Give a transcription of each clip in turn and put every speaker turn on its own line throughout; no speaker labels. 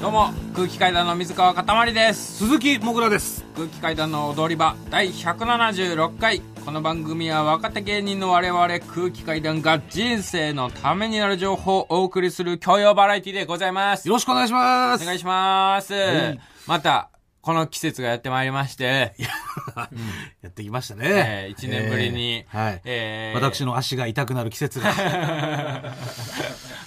どうも空気階段の水川かたまりです
鈴木もぐらです
空気階段の踊り場第176回この番組は若手芸人の我々空気階段が人生のためになる情報をお送りする教養バラエティでございます
よろしくお願いします
お願いします、
はい
またこの季節がやってまいりまして、
やってきました
え
ね、
1年ぶりに、
えーはい、
えー
私の足が痛くなる季 節が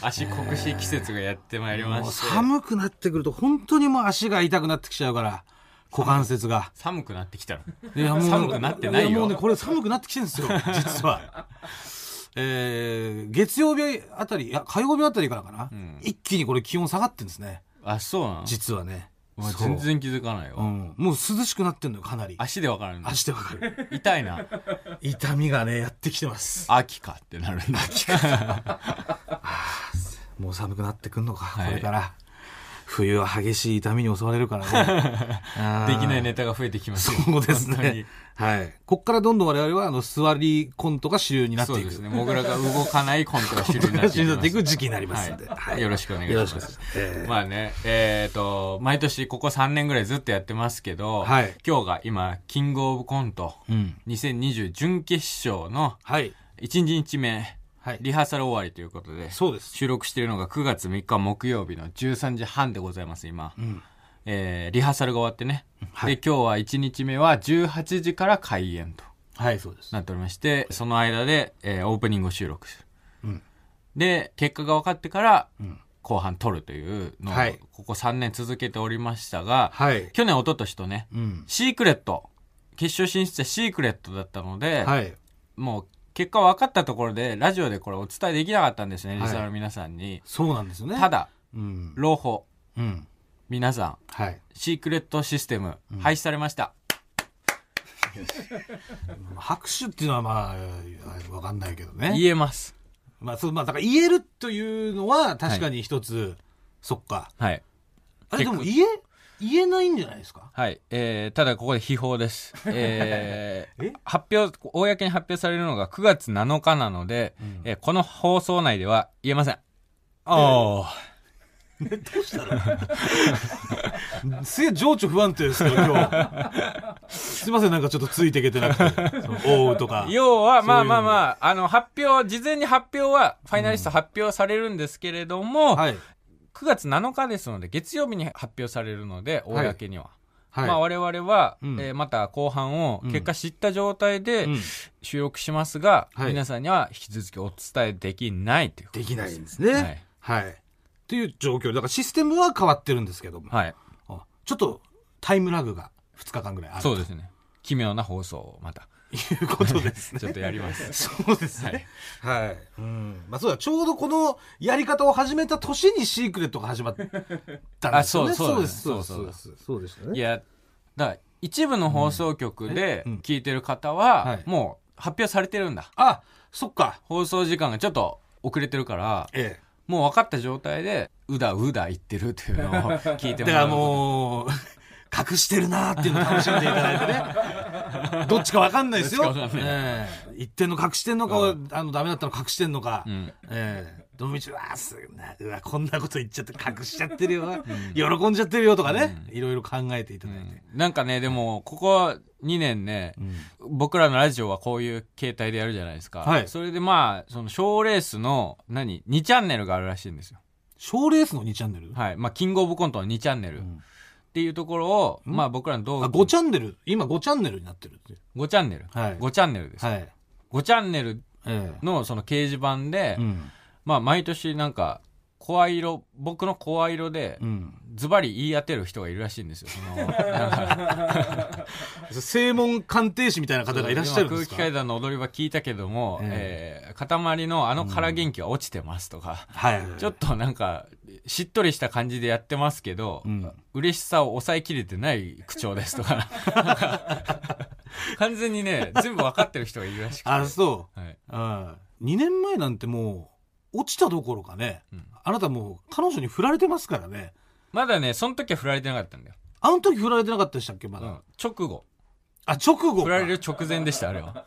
足酷しい季節がやってまいりま
もう
して、
寒くなってくると本当にもう足が痛くなってきちゃうから股関節が
寒くなってきたの
いや もう
寒くなってないよ
やもうねこれ寒くなってきてるん ですよ実はえー、月曜日あたりいや火曜日あたりからかな、
ん
一気にこれ気温下がってんですね
あそうなの
実はね
お前
そう
全然気づかないよ、
うん、もう涼しくなってんのよかなり
足でわかるんだ
足でわかる
痛いな
痛みがねやってきてます
秋かってなるんだ
もう寒くなってくんのか、
い
これから冬は激しい痛みに襲われるからねあー
できないネタが増えてきますよ
そうです
本当に
ねはいこっからどんどん我々はあの座りコントが主流になって
そう
い
で
く
すねモグラが動かないコントが主流になってい
主流になってい
きま
く時期になりますんで、
はい
はい
よろしくお願いし
よ
ま
ろ
す
しくお願いします、え
す
ー
まあねえっ、と毎年ここ3年ぐらいずっとやってますけど、
はい
今日が今キングオブコント
うん
2020準決勝の
はい
1日目
はい
リハーサル終わりということで
そうです、
収録しているのが9月3日木曜日の13時半でございます今、
うん、
えーリハーサルが終わってね、
はい
で今日は1日目は18時から開演と
はいそうです
なっておりましてその間で、えーオープニングを収録する、
うん
で結果が分かってから
ん
後半撮るというのを
はい
ここ3年続けておりましたが、
はい
去年一昨年とね
うん
シークレット決勝進出はシークレットだったので、
はい
もう結果分かったところでラジオでこれお伝えできなかったんですね、
はい
リスナーの皆さんに
そうなんですよね
ただ
うん
朗報
うん
皆さん
はい
シークレットシステム廃止されました、
拍手っていうのはまあ分かんないけどね
言えます
まあ、そう、まあ、だから言えるというのは確かに一つ、そっか。
はい
あれでも言え、言えないんじゃないですか
はい、えー、ただここで秘宝 です、えー
え
発表公に発表されるのが9月7日なので、えーこの放送内では言えませんああ
すげえ情緒不安定ですけど、今日。すいません、なんかちょっとついていけてなくて。そのおうとか。
要はまあまあ
あ。
まああの発表事前に発表はファイナリスト発表されるんですけれども、
はい。
9月7日ですので月曜日に発表されるので
はい
公には、
はい。
まあ、我々は、
うん
えーまた後半を結果知った状態で
うん
収録しますが、
はい
皆さんには引き続きお伝えできないということ
できないんです
は
ね
い。
はい。っていう状況でだからシステムは変わってるんですけども。
はい
あちょっとタイムラグが2日間ぐらいある。
そうですね奇妙な放送をまた
ということですね。
ちょっとやり ます
そうですね。はい。うん。まあそうだ、ちょうどこのやり方を始めた年にシークレットが始まったんですよね。
あそうそうだね
です。そうで
そ
す。そうう
だ
です。そうでした
い
ね。
やだから一部の放送局で
うん
聞いてる方
うんは
はいもう発表されてるんだ
あ、そっか。
放送時間がちょっと遅れてるから
え
もう分かった状態でうだうだ言ってるっていう のを聞い
え。
て
だ
も
から
うこ
ら
と
もう、 隠してるなーっていうのを楽しんでいただいてね。 どっちかわかんないです
どっ
よ
ちかわ。かんない
ええ。言ってんの隠してんのか、
う
あの、ダメだったの隠してんのか。
うん
ええ。どのみち、うわーすごいな、うわ、こんなこと言っちゃって、隠しちゃってるよ、喜んじゃってるよとかね、いろいろ考えていただいて。
なんかねでもここ2年ね、僕らのラジオはこういう形態でやるじゃないですか、
はい
それでまあその賞ーレースの何2チャンネルがあるらしいんですよ
賞レースの2チャンネル
はいまあキングオブコントの2チャンネル、
ん
っていうところを、まあ僕らの動
あ
画
5チャンネル今5チャンネルになってるって
5チャンネル、
はい
5チャンネルです、
はい
5チャンネル
え
のその掲示板で、
えうん
まあ毎年なんか声色僕の声色で、
うん
ズバリ言い当てる人がいるらしいんですよ。そ のなんか
正門鑑定士みたいな方がいらっしゃるんです
今
か
空気階段の踊り場聞いたけども、え
え
ー塊のあのから元気は落ちてますとか、
はい
ちょっとなんか、しっとりした感じでやってますけど、
うん
嬉しさを抑えきれてない口調ですとか、なんか 完全にね、全部分かってる人がいるらしくて。
あそ
はい、
う、うん、2年前なんてもう落ちたどころかね、
うん
あなたもう彼女に振られてますからね
まだね、その時は振られてなかったんだよ。
あの時振られてなかったでしたっけま
う
だ、
ん直後。
あ、直後
振
から
れる直前でした、あれは。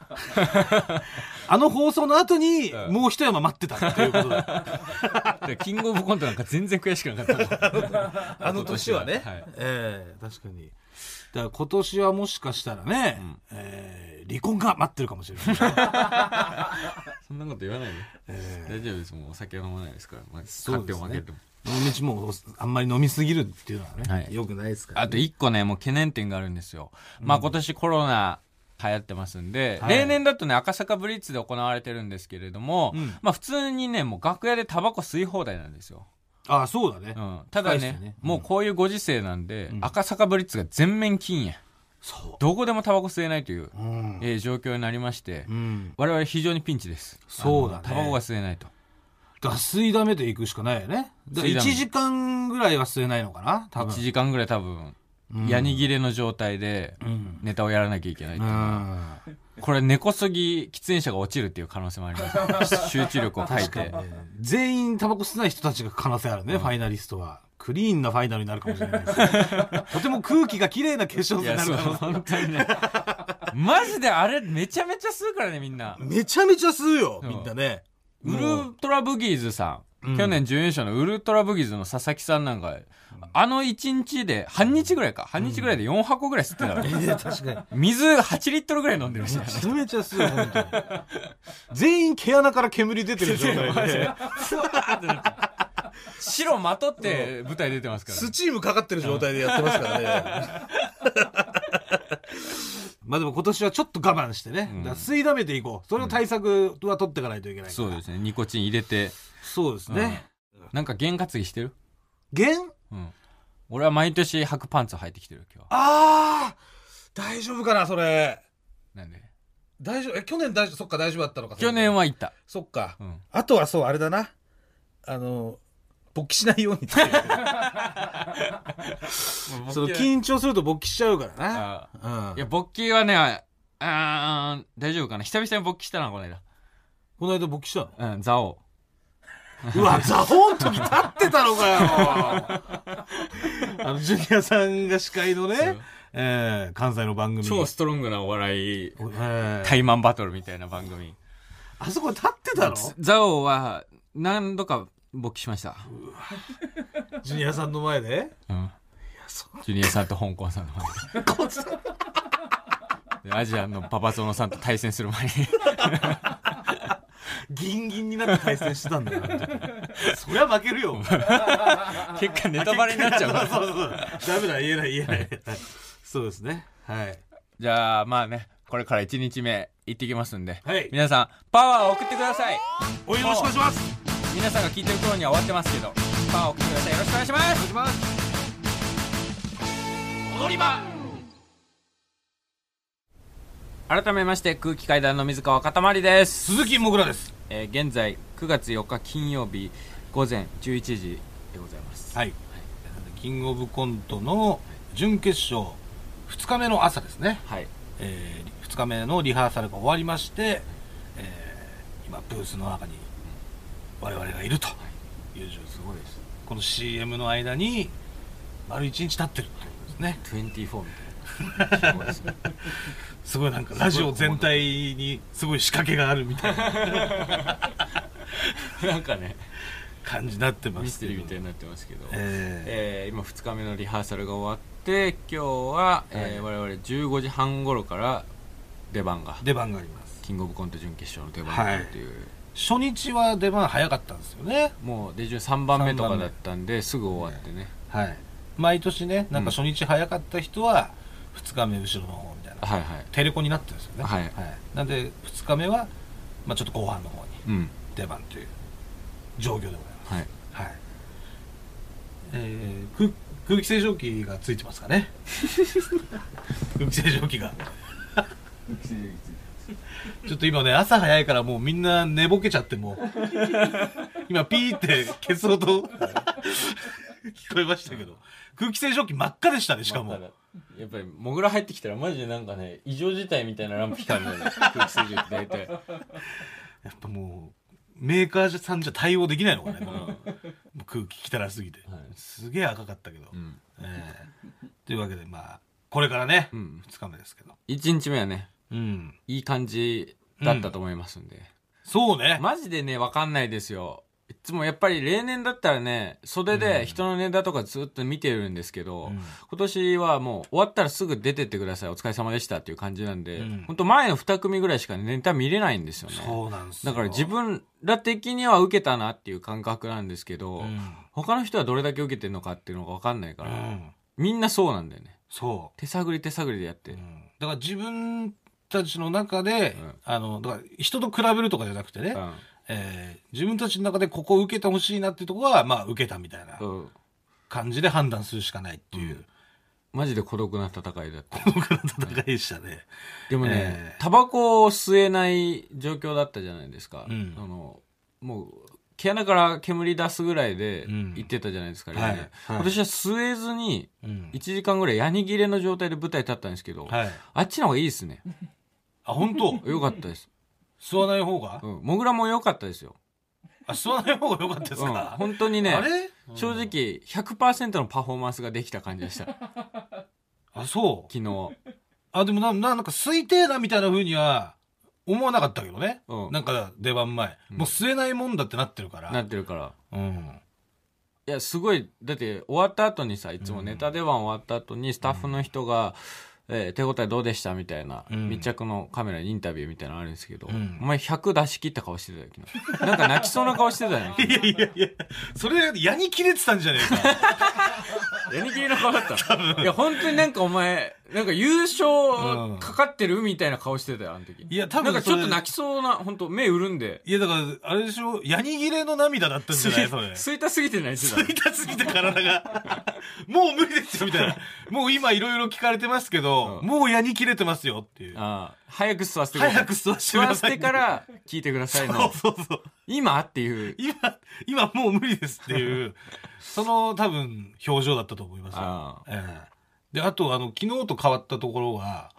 あの放送の後に、
うん
もう一山待ってたっていうことだ。
でキングオブコントなんか全然悔しくなかったもん。
あの年はね。
はい
ええ確かに。だから今年はもしかしたらね、ええ離婚が待ってるかもしれ ない。
そんなこと言わないで。
え
大丈夫です。もうお酒は飲まないですから。まあ、
そ
勝
う
って
です
も
ね
負けても。
え飲み道もあんまり飲みすぎるっていうのはね、
はい
よくないですから、
あと一個ね、もう懸念点があるんですよ。まあ今年コロナ流行ってますんで、
はい
例年だとね、赤坂ブリッツで行われてるんですけれども、
うん
まあ普通にね、もう楽屋でタバコ吸い放題なんですよ。
ああ、そうだね、
うん。ただ
深いっ
ね、
すよねうん
もうこういうご時世なんで、
ん
赤坂ブリッツが全面禁煙。
そ
どこでもタバコ吸えないという、
う。うん。
えー状況になりまして、
うん。
我々非常にピンチです。
そうだね
あのタバコが吸えないと。
だから吸いだめていくしかないよね。だから
吸い
1
だめ
時間ぐらいは吸えないのかな多分。
1時間ぐらい多分、
うん
やにぎれの状態で、
うん。
ネタをやらなきゃいけないって
う
いうのは
ん。
これ根こそぎ喫煙者が落ちるっていう可能性もあります、 集中力を欠い
確か
て
に、ね、全員タバコ吸ってない人たちが可能性あるね、ファイナリストはクリーンなファイナルになるかもしれないです とても空気が綺麗な決勝
い
戦に
や
な
そう
るかも
本当にねマジであれめちゃめちゃ吸うからねみんな
めちゃめちゃ吸うよ
うん
みんなね
ウルトラブギーズさん、
うん
去年準優勝のウルトラブギーズの佐々木さんなんかあの1日で半日ぐらいか半日ぐらいで4箱ぐらい吸ってたの、
えー確かに
水8リットルぐらい飲んでるし
めちゃめちゃ吸 うよ本当に全員毛穴から煙出てる状 態で
白まとって舞台出てますから
スチームかかってる状態でやってますからね まあでも今年はちょっと我慢してね、
うん
だから吸いだめていこうそれを対策は取っていかないといけないから、
そうですねニコチン入れて
そうですね、
なんか験担ぎしてる
現
うん。俺は毎年履くパンツを履いてきてる、今日。
ああ大丈夫かなそれ
なんで
大丈夫え去年大丈夫そっか大丈夫だったのか
去年は行った。
そっか、
うん。
あとはそうあれだなあの勃起しないようにっていう その緊張すると勃起しちゃうからな
あ
うん
いや、勃起はね、ああー大丈夫かな久々に勃起したな、この間。
この間勃起したの
うん、ザオ。
うわザホン時立ってたのか よあのジュニアさんが司会の
そう
ね、えー、関西の番組
超ストロングなお笑い、
えー
タイマンバトルみたいな番組。
あそこ立ってたの
ザオは何度か勃起しました。
ジュニアさんの前で
うん。
そ
ジュニアさんと香港さんの前で。でアジアのパパゾノさんと対戦する前に。
ギンギンになって対戦してたんだよあの時そりゃ 負けるよお前
結果ネタバレになっちゃうから。
そうそうそう。ダメだ、言えない、言えない。そうですね。はい。
じゃあ、まあね、これから1日目行ってきますんで、
はい
皆さん、パワーを送ってください
およろしくお願いします。
皆さんが聞いてる頃には終わってますけど、パワーを送ってください。よろしくお願いします
お願いします。
踊り場改めまして、空気階段の水川かたまりです。
鈴木もぐらです。
えー現在、9月4日金曜日午前11時でございます。
はい。キングオブコントの準決勝2日目の朝ですね。
はい。
え2日目のリハーサルが終わりまして、えー今ブースの中に我々がいるという状況ですごいです。この CM の間に丸1日経ってるってことですね。
24みたいな。そうですね
すごいなんかラジオ全体にすごい仕掛けがあるみたいな
なんかね、
感じになってます。
ミステリーみたいになってますけど。
え
えー今2日目のリハーサルが終わって今日は、えー我々15時半頃から出番が
ー出番があります
キングオブコント準決勝の出番があるという、
初日は出番早かったんですよね
もう出順3番目とかだったんですぐ終わってね、
はい毎年ねなんか初日早かった人は2日目後ろの方みたいな、
はいはい
テレコになってるんですよね
はい
なんで2日目は、まあ、ちょっと後半の方に
うん
出番という状況でござい
はい
ますはいえー、空空気清浄機がついてますか ね空気清浄機がちょっと今ね、朝早いからもうみんな寝ぼけちゃってもう。今ピーって消す音聞こえましたけど。空気清浄機真っ赤でした ね、しかも。
やっぱりモグラ入ってきたらマジでなんかね異常事態みたいなランプ光るの よ空気清浄機大体
やっぱもう、メーカーさんじゃ対応できないのかね、この空気汚すぎて。
はい
すげえ赤かったけど。
うん
ええというわけで、まあ、これからね、
うん。
2日目ですけど。
1日目はね、
うん。
いい感じだったと思いますんで。
そうね。
マジでね、わかんないですよ。いつもやっぱり例年だったらね、袖で人のネタとかずっと見てるんですけど、
うん
今年はもう終わったらすぐ出てってください、お疲れ様でしたっていう感じなんで、
うん
ほんと前の2組ぐらいしかネタ見れないんですよね。
そうなんですよ
だから自分ら的には受けたなっていう感覚なんですけど、
うん
他の人はどれだけ受けてるのかっていうのがわかんないか
う
ら、
ん。
みんなそうなんだよね。
そ
手探り手探りでやって。
う。うんだから自分たちの中で、
うん
あの、だから人と比べるとかじゃなくてね、
うん
えー自分たちの中でここを受けてほしいなってとこは、まあ受けたみたいな
うん
感じで判断するしかないっていう、
マジで孤独な戦いだった。
僕の戦いでしたね。
でも
え
ね
え、
タバコを吸えない状況だったじゃないですか。
うん
あのもう毛穴から煙出すぐらいで
うん
行ってたじゃないですか、
はい
例年
はい
私は吸えずに
うん
1時間ぐらいヤニ切れの状態で舞台立ったんですけど、
はい。
あっちの方がいいですね
あ、本当
よかったです、
吸わない方が
うん、モグラも良かったですよ
あ、吸わない方が良かったです
うん、
か、
本当にね
あれ
正直100%のパフォーマンスができた感じでした昨
あ、そう。
日、
あ、でもな、ななんか吸いてえなみたいな風には思わなかったけどね。
うん、
なんか出番前。
うん
もう吸えないもんだってなってるから。
なってるから
うん。
いや、すごい、だって終わった後にさ、いつもネタ出番終わった後にスタッフの人が、えー手応えどうでしたみたいな、
うん
密着のカメラにインタビューみたいなのあるんですけど、
うん
お前100出し切った顔してたよ、昨 日。なんか泣きそうな顔してたよ、ね。
いやいやいや、それ、矢に切れてたんじゃねえか。
やりきりの顔だった。いや、本当になんかお前、なんか優勝かかってるみたいな顔してたよ、あの時。
いや、
な
多分
んかちょっと
それ
泣きそうな、本当目潤んで。
いや、だから、あれでしょ、矢に切れの涙だったんじゃないそれ。
吸いた すぎて泣いてた
吸いたすぎて体が、 もう無理ですよ、みた いな。もう今いろいろ聞かれてますけど、
うん
もう矢に切れてますよっていう。
ああ早く吸わせてくださ
早
い
く。吸わせて
吸
く
わ
だ
せ
さい。
てから聞いてください
そう
の。
そうそう。
今っていう。
今、今もう無理ですって いう、その多分表情だったと思いますよ。
ああ
ええで、あと、あの、昨日と変わったところは、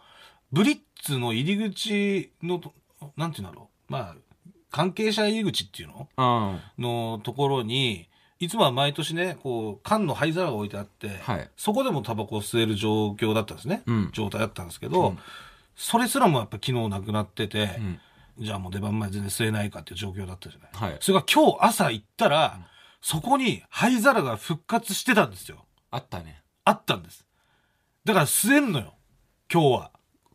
ブリッツの入り口のと、なんていうんだろう。まあ、関係者入り口っていうの
うん。
のところに、いつもは毎年ね、こう、缶の灰皿が置いてあって、
はい
そこでもタバコを吸える状況だったんですね。
うん
状態だったんですけど、
うん
それすらもやっぱ昨日なくなってて、
うん
じゃあもう出番前全然吸えないかっていう状況だったじゃない。
はい。
それが今日朝行ったら、そこに灰皿が復活してたんですよ。
あったね。
あったんです。だから吸えんのよ。今日は。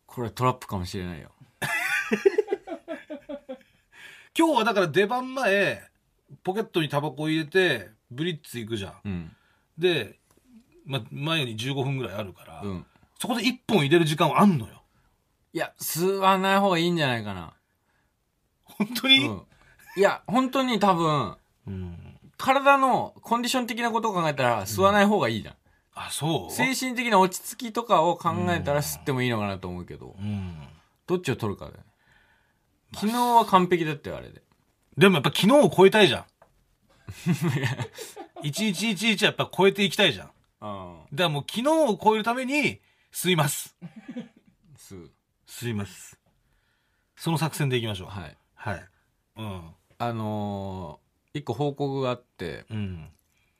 これトラップかもしれないよ。
今日はだから出番前、ポケットにタバコを入れて、ブリッツ行くじゃん。
うん。
で、ま、前に15分ぐらいあるから、
うん。
そこで1本入れる時間はあんのよ。
いや、吸わない方がいいんじゃないかな。
本当
う
に、
ん。いや、本当に多分、
うん
体のコンディション的なことを考えたら吸わない方がいいじゃん。
あ、そう
精神的な落ち着きとかを考えたら吸ってもいいのかなと思うけど、
うん。
どっちを取るかだよね。昨日は完璧だったよ、あれで。
でもやっぱ昨日を超えた いじゃん。1111やっぱ超えていきたいじゃ
う
ん。
ん。
だからもう昨日を超えるために、吸います。
吸う。
吸います。その作戦でいきましょう。い。
はい。
はい。うん。
あのー一個報告があって、
うん。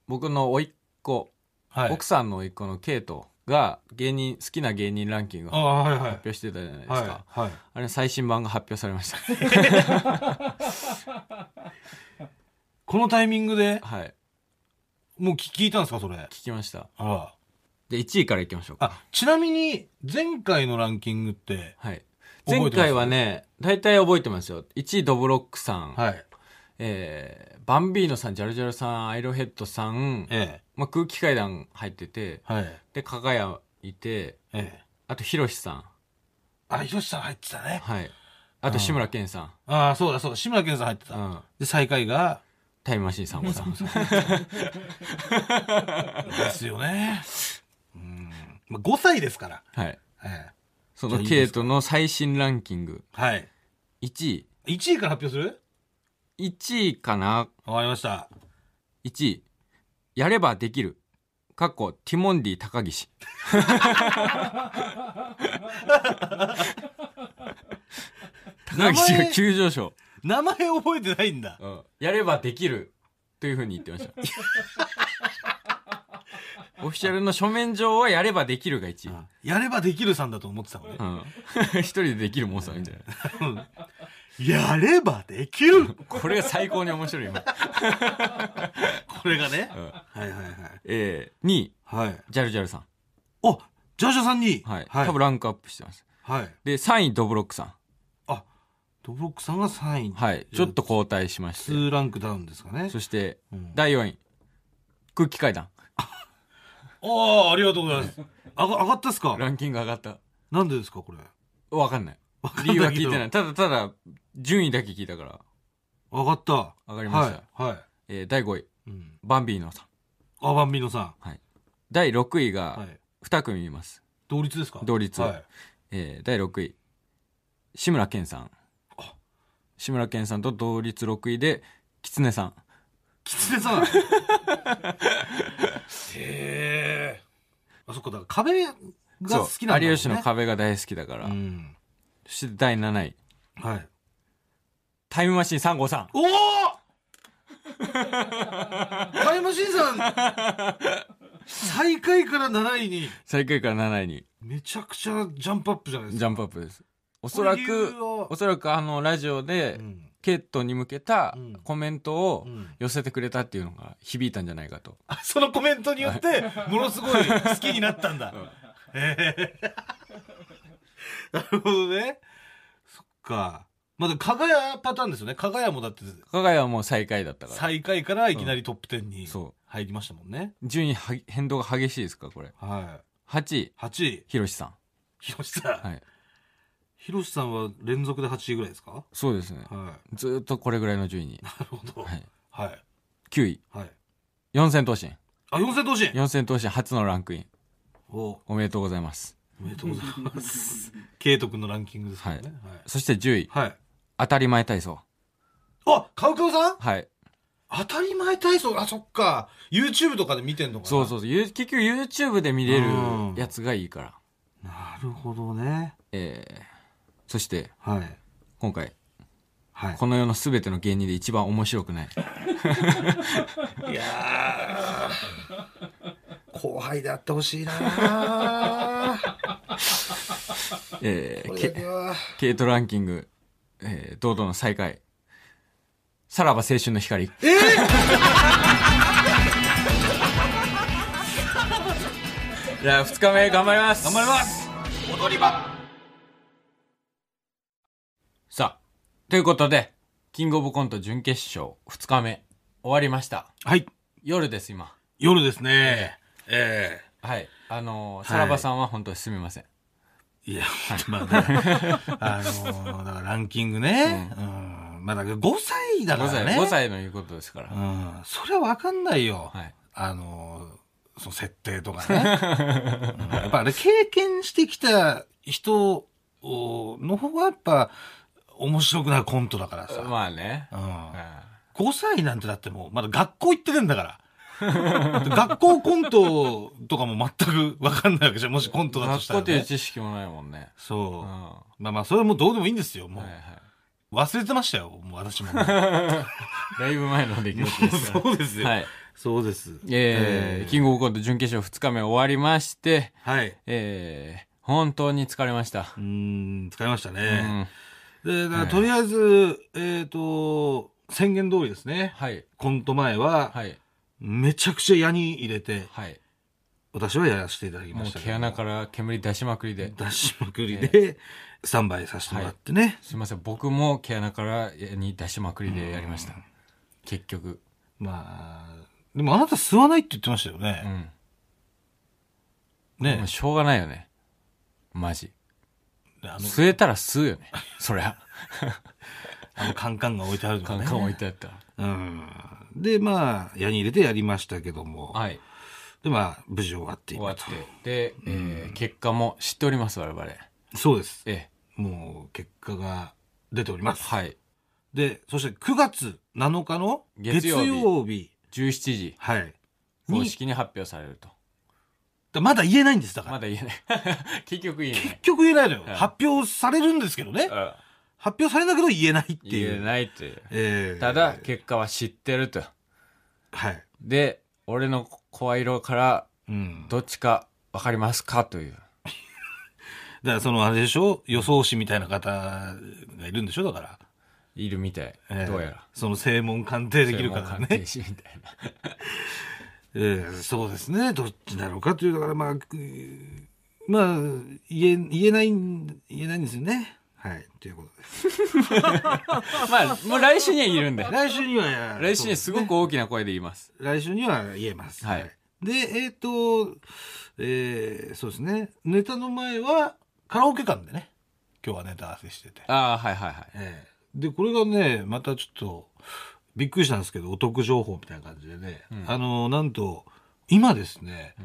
僕の甥っ子、
はい。
奥さんの甥っ子のケイトが芸人、好きな芸人ランキング
ああ、はいはい。
発表してたじゃないですか、
はい。はい。
あれ最新版が発表されま した
このタイミングで、
はい
もう聞聞いたんですか、それ。あ
聞きました
あ。
で1位からいきましょうか
あ、ちなみに、前回のランキングって、
はい
覚えてま
前
す
回はね大体覚えてますよ1位ドブロックさん、
はい。
えーバンビーノさんジャルジャルさんアイロヘッドさん、
ええ。
まあ、空気階段入ってて
はい。
で加賀谷いて
ええ。
あとヒロシさん
あ、ひろしさん入ってたね。
はいあと志村けんさ
ああ、そうだそうだ。志村けんさん入って
ん、
た。
うん、
で、最下位が、
タイムマシーンさんも さん
ですよね。うん。まあ、5歳ですから。
はい
ええ。
そ
じ
の
ゃあいい
ケ
で
イ
す
トの最新ランキング
はい。
1位
1位から発表する
1位かな
わかりました。
1位やればできるかっこティモンディ高岸高岸が急上昇、
名前覚えてないんだ。
やればできるというふうに言ってましたオフィシャルの書面上はやればできるが1位。
やればできるさんだと思ってたのね
う。ん。 一人でできるもんさんみたいな。
やればできる
これが最高に面白い、 今。
これがね。
うん
はいはいはい。
えー、2位、
はい。
ジャルジャルさ
おジャジャさんに
ん。はい。
はい。
多分ランクアップしてます。
はい。
で、3位、ドブロックさ
あ、ドブロックさんが3位。
ん。はい。ちょっと交代しまして。
2ランクダウンですかね。
そして
ん、
第4位、空気階段。
ああ、ありがとうございます。あが、上がったっすか
ランキング上がった。
なんでですか、これ。
わかんない。
んな
理
いけ
由
ど
は聞いてない。ただただ、順位だけ聞いたから。
上がった。
上がりました
はい。は
えー、第5位、
い。うん。
バンビーノさん。
あ、バンビーノさん。
はい。第6位
は
が、
い。
2組います。
同率ですか
同率
はい。
えー、第6位、志村けんさん。志村けんさんと同率6位で、きつねさん。
キツネさん。 へえ。あ、そっか、だから壁が好きなんだ、ね。
有吉の。壁が大好きだから。
うん。
そして第7位、
はい。
タイムマシーン3号さん。
おおタイムマシーンさん、最下位から7位に、
最下位から7位に
めちゃくちゃジャンプアップじゃないです
ジ
か。
ャンプアップです。おそら
これ理
く
由、は
おそらくあの、ラジオで、
うん
ケイトに向けた
うん
コメントを
うん
寄せてくれたっていうのが響いたんじゃないかと。
あ そのコメントによって、ものすごい好きになったんだ。ええ なるほどね。そっか。まだ、かがやパターンですよね。かがやもだって、
加賀谷はもう最下位だったから。
最下位からいきなりトップ10に
そう
入りましたもんね。
順位は変動が激しいですか、これ。
は
8位
い。、8位、
ひろしさん。
ひろしさん。
はい。
ひろしさんは連続で8位ぐらいですか
そうですね。
は
ずーっとこれぐらいの順位に。
い。なるほど。
はい。
はい。
9位、
はい。
四千頭身。
あ、四千頭身
四千頭身初のランクイン。
おお
おめでとうございます。
めでとうございます。ケイト君のランキングですからね。
そして10位、
はい。はい。
当たり前体操。
あ、カウカウさん
はい。
当たり前体操、あ、そっか。YouTube とかで見てんのかな
そうそうそう。ゆ結局 YouTube で見れる
うん
やつがいいから。
う。なるほどね。
えー、そして、
はい。
今回、
はい。
この世のすべての芸人で一番面白くない。
いや ー後輩であってほしいな ー
え
こ
ー、
れだけ
け
は
ケイトランキング、えー、堂々の最下位。さらば青春の光。じゃあ、二日目頑張ります。
頑張ります踊り場
さあ、ということで、キングオブコント準決勝2日目終わりました。
はい。
夜です、今。
夜ですね。ええ
はい。あのー
い
さらばさんは本当にすみません。
いや、まあ ね、あのーだからランキングね。うん。まあだから5歳だか
5
ら
歳、
ね。
5歳の言うことですから。
うん。それはわかんないよ。
はい
あのーその設定とかね。うんやっぱあれ経験してきた人をの方がやっぱ面白くなるコントだからさ。
まあね。
うん。
う
5歳なんてだってもうまだ学校行ってるんだから。学校コントとかも全くわかんないわけじゃん。もしコント
ん
だとし
学校
たら、
という
ね。
知識もないもんね。
そう。
うん。
まあまあ、それはもうどうでもいいんですよ。も
はいうはい。
忘れてましたよ。もう私も。
だいぶ前の出来事ですから。
そうですよ。
はい。
そうです。
えー、キングオブコント準決勝2日目終わりまして、
はい。
えー、本当に疲れました
う。ーん、使いました
う
ね。
ん。
で、だから
はい
とりあえず、えっ、と、宣言通りですね。
はい。
コント前は、
はい。
めちゃくちゃ矢に入れて、
はい。
私はやらせていただき
も
ま
う
したけ
毛
ど。
穴から煙出しまくりで。
出しまくりで、スタンバイさせてもらってね。
すいません僕も毛穴からに出しまくりでやりました結局
まあ、でもあなた吸わないって言ってましたよ
う
ね。
んも
ね
う。しょうがないよねマジ
あの、
吸えたら吸うよねそり ゃ
あのカンカンが置いてあるの
カ
が
ン
ね。
カン置いてあったら
うん。で、まあ、矢に入れてやりましたけども。
はい
で、まあ、無事終わって
終
いく
わっ
と
て。で、えー結果も知っております我々え
そうです。
え
もう、結果が出ております。
はい
で、そして9月7日の
月
月
曜
曜
日
日。
17時
はい。
公
に
式に発表されると
だまだ言えないんです、だから。
まだ言えない 結局言えな
結
い
局言えないのよ、
はい
発表されるんですけどね。
うん
発表されなけど言えないっていう。
言えないっていう
えー
ただ、結果は知ってると
はい。
で俺の声色から
うん。だ
どっちかわかりますかという。
からそのあれでしょ予想士みたいな方がいるんでしょだから。
いるみたい。
えー
どうやら。
その正門鑑定できる
か
から
関
ね
係。しみたいな。
えーそうですね。どっちだろうかという、だからまあ、くまあ、言え、言えないん、言えないんですよね。はい。ということです。
まあ、もう来週には言えるんで。
来週には、
来週にはすごく大きな声で言います。
来週には言えます。
はい
で、えっ、と、えーそうですね。ネタの前は、カラオケ館でね、今日はネタ合わせしてて。
ああ、はいはいはい。
えーで、これがね、またちょっと、びっくりしたんですけど、お得情報みたいな感じでね、あの、なんと、今ですね、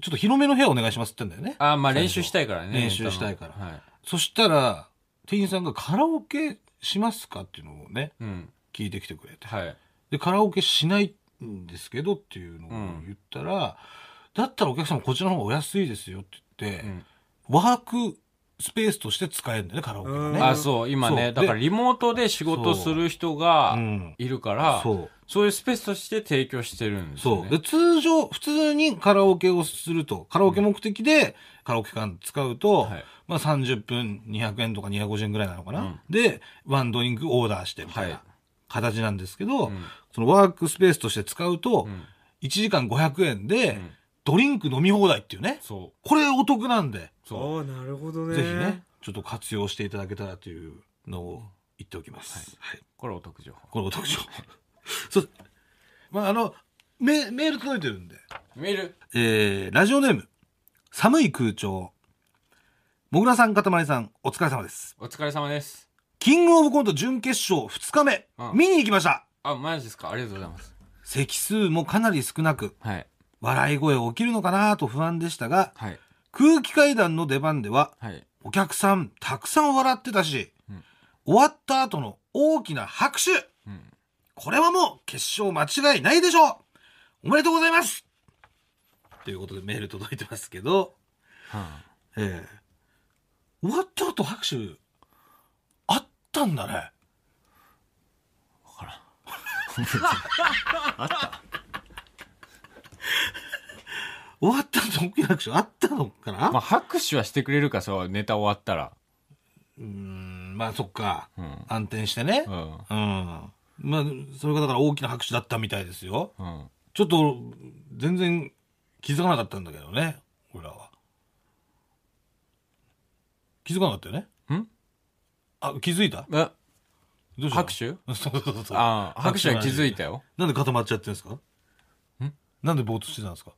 ちょっと広めの部屋お願いしますって言ったんだよね。
ああ、まあ練習したいからね。
練習したいから
はい。
そしたら、店員さんがカラオケしますかっていうのをね、
うん。
聞いてきてくれて。
はい。
で、カラオケしないんですけどっていうのを言ったら、だったらお客様こっちの方がお安いですよって言って、
ん
ワークスペースとして使えるんだよね、カラオケがね。
あそう、今
そ
ね、
う
だからリモートで仕事する人が
うん
いるから、
そう。
そういうスペースとして提供してるんですよ
そう。で、
ね。
通常、普通にカラオケをすると、カラオケ目的でカラオケ館使うと、
はい
まあ30分200円とか250円ぐらいなのかな。で、ワンドリンクオーダーしてみたい
は
ない形なんですけど、
ん
そのワークスペースとして使うと、
ん
1時間500円で、
ん
ドリンク飲み放題っていうね。
そ
これお得なんで、
う。そう。
ああ、なるほどね。
ぜひね、ちょっと活用していただけたらというのを言っておきます。はい
これお得情報。
この特徴。 そう。まあ、あの、メメール届いてるんで。
メール。
えー、ラジオネーム、寒い空調。もぐらさん、かたまりさん、お疲れ様です。
お疲れ様です。
キングオブコント準決勝2日目、
うん
見に行きました。
あ、マジですかありがとうございます。
席数もかなり少なく、
はい。
笑い声起きるのかなと不安でしたが、
はい。
空気階段の出番では、
はい。
お客さんたくさん笑ってたし、
うん
終わった後の大きな拍手
うん。
これはもう決勝間違いないでしょうおめでとうございますということでメール届いてますけど、
はあ
ええ終わった後拍手、あったんだね。 わからん。あった終わった後大きな拍手あったのかな、
まあ、拍手はしてくれるか、そう、ネタ終わったら。
うーん、まあそっか。
うん
暗転してね。
う
うんん。。まあ、それがだから大きな拍手だったみたいですよ。
うん。
ちょっと、全然気づかなかったんだけどね、俺らは。気づかなかったよね
ん
あ、気づいた
え、
どうしたの
拍手
そうそうそう。
ああ、拍手は気づいた
よ。
よ。
なんで固まっちゃってるんですかんなんでぼーっとしてたんですか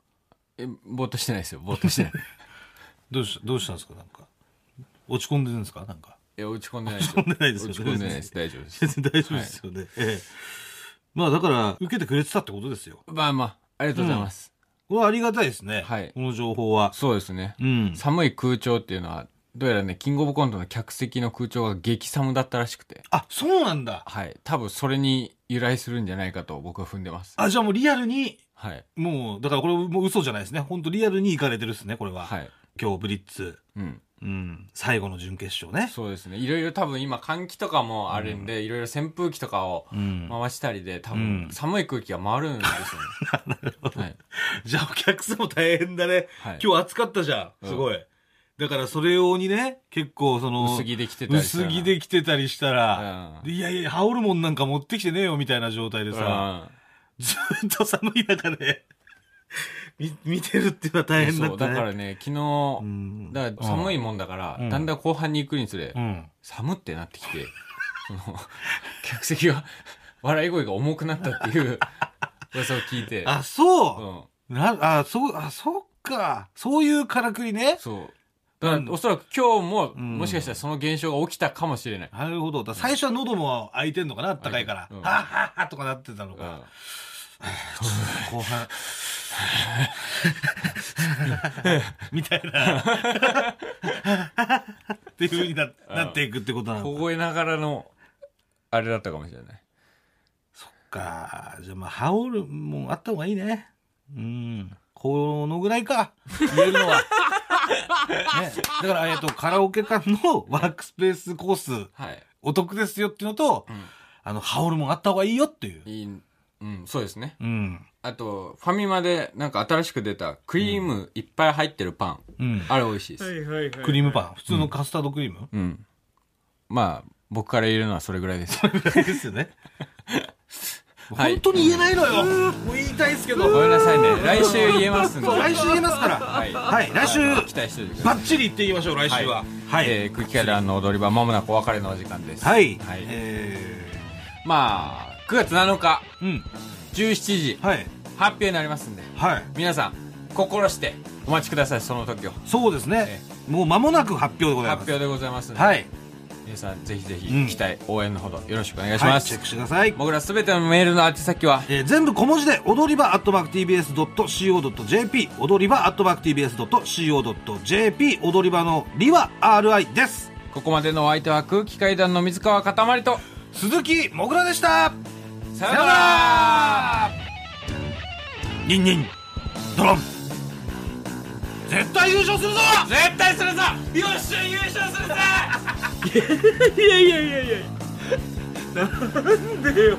え、ぼーっとしてないですよ。ぼーっとして ない。
どうした、どうしたんですかなんか。落ち込んでるんですかなんか。
いや、落ち込んでないですよ。
落ち込んでないですよ
落ち込ん
ね
でないです。大丈夫です。
全然大丈夫ですよね。ええ。まあだから、受けてくれてたってことですよ。
まあまあ、ありがとうございます。
これはありがたいですね。
はい
この情報は。
そうですね。
うん。
寒い空調っていうのは、どうやらね、キングオブコントの客席の空調が激寒だったらしくて、
あ、そうなんだ。
はい。多分それに由来するんじゃないかと僕は踏んでます。
あ、じゃあもうリアルに
はい。
もう、だからこれもう嘘じゃないですね。本当リアルに行かれてるですね、これは。
はい。
今日、ブリッツ。
うん。
うん。最後の準決勝ね。
そうですね。いろいろ多分今換気とかもあるんで、いろいろ扇風機とかを
うん。
回したりで、多
う
分
ん
寒い空気が回るんですよね。はい。
じゃあお客さんも大変だね。
はい
今日暑かったじゃん。
うん
すごい。だからそれ用にね、結構その、
薄着で来てたりしたら
薄着で来てたりしたら、
うん
いやいや、羽織るもんなんか持ってきてねえよみたいな状態で
うん
さ、ずっと寒い中で、み見てるっていうのは大変だ
そ
っ
う、
た
だ
ね。
からね、昨日
う、ん。
だから寒いもんだから、
うん
だんだん後半に行くにつれ、
うん。
寒ってなってきて、その、客席が、笑い声が重くなったって いう噂を聞いて、
あ、そ
う
う、
ん、
な、あ、そう、あ、そっか。そういうからくりね。
そう。だから、おそらく今日も、
うん
もしかしたらその現象が起きたかもしれない。
なるほど。だ最初は喉も開いてんのかなあったかいから。
う
は
ん
っはっはとかなってたの
う
か。
ん
後半。みたいな。っていうふうにななっていくってことなの
凍えながらの、あれだったかもしれない。
か。じゃあまあ、羽織るもんあった方がいいね。うん。このぐらいか。言えるのは。ね、だから、えっと、カラオケ館のワークスペースコース。
はい。
お得ですよっていうのと、あの、羽織るもんあった方がいいよっていう。
いい、うん、そうですね。
うん。
あと、ファミマでなんか新しく出たクリームいっぱい入ってるパン。
うん
あれ美味しいです。
いはいはい。
クリームパン普通のカスタードクリー ム、
うん。まあ、僕から言えるのはそれぐらいです。
ですよね
はい
本当に言えないのよ、もう言いたいですけど
ごめんなさいね。 来週言えますんで。
そう来週言えますから
はい
はい、来週
期待しておいてください。
バッチリ言っていきましょう来週はは
えー、空気階段の踊り場、まもなくお別れのお時間です。
はい、
はい
え
まあ、9月7日、
ー、うん
17時、
はい
発表になりますんで、
はい
皆さん、心してお待ちください、その時を。
そうですね、もう間もなく発表でござい
発
ます
表でございますので、
はい
皆さん、ぜひぜひ、
うん
期待、応援のほどよろしくお願いし
は
ま
い、
す。
チェックしてください、
僕らすべてのメールの宛先は、
えー全部小文字で踊り場 atmactbs.co.jp 踊り場 atmactbs.co.jp 踊り場のりは RI です
ここまでのお相手は空気階段の水川かたまりと、
鈴木もぐらでした
さよなら
ニンニンドロン絶対優勝するぞ
絶対するぞよっしゃ優勝するぞ
いやいやいやいや。なんでよ。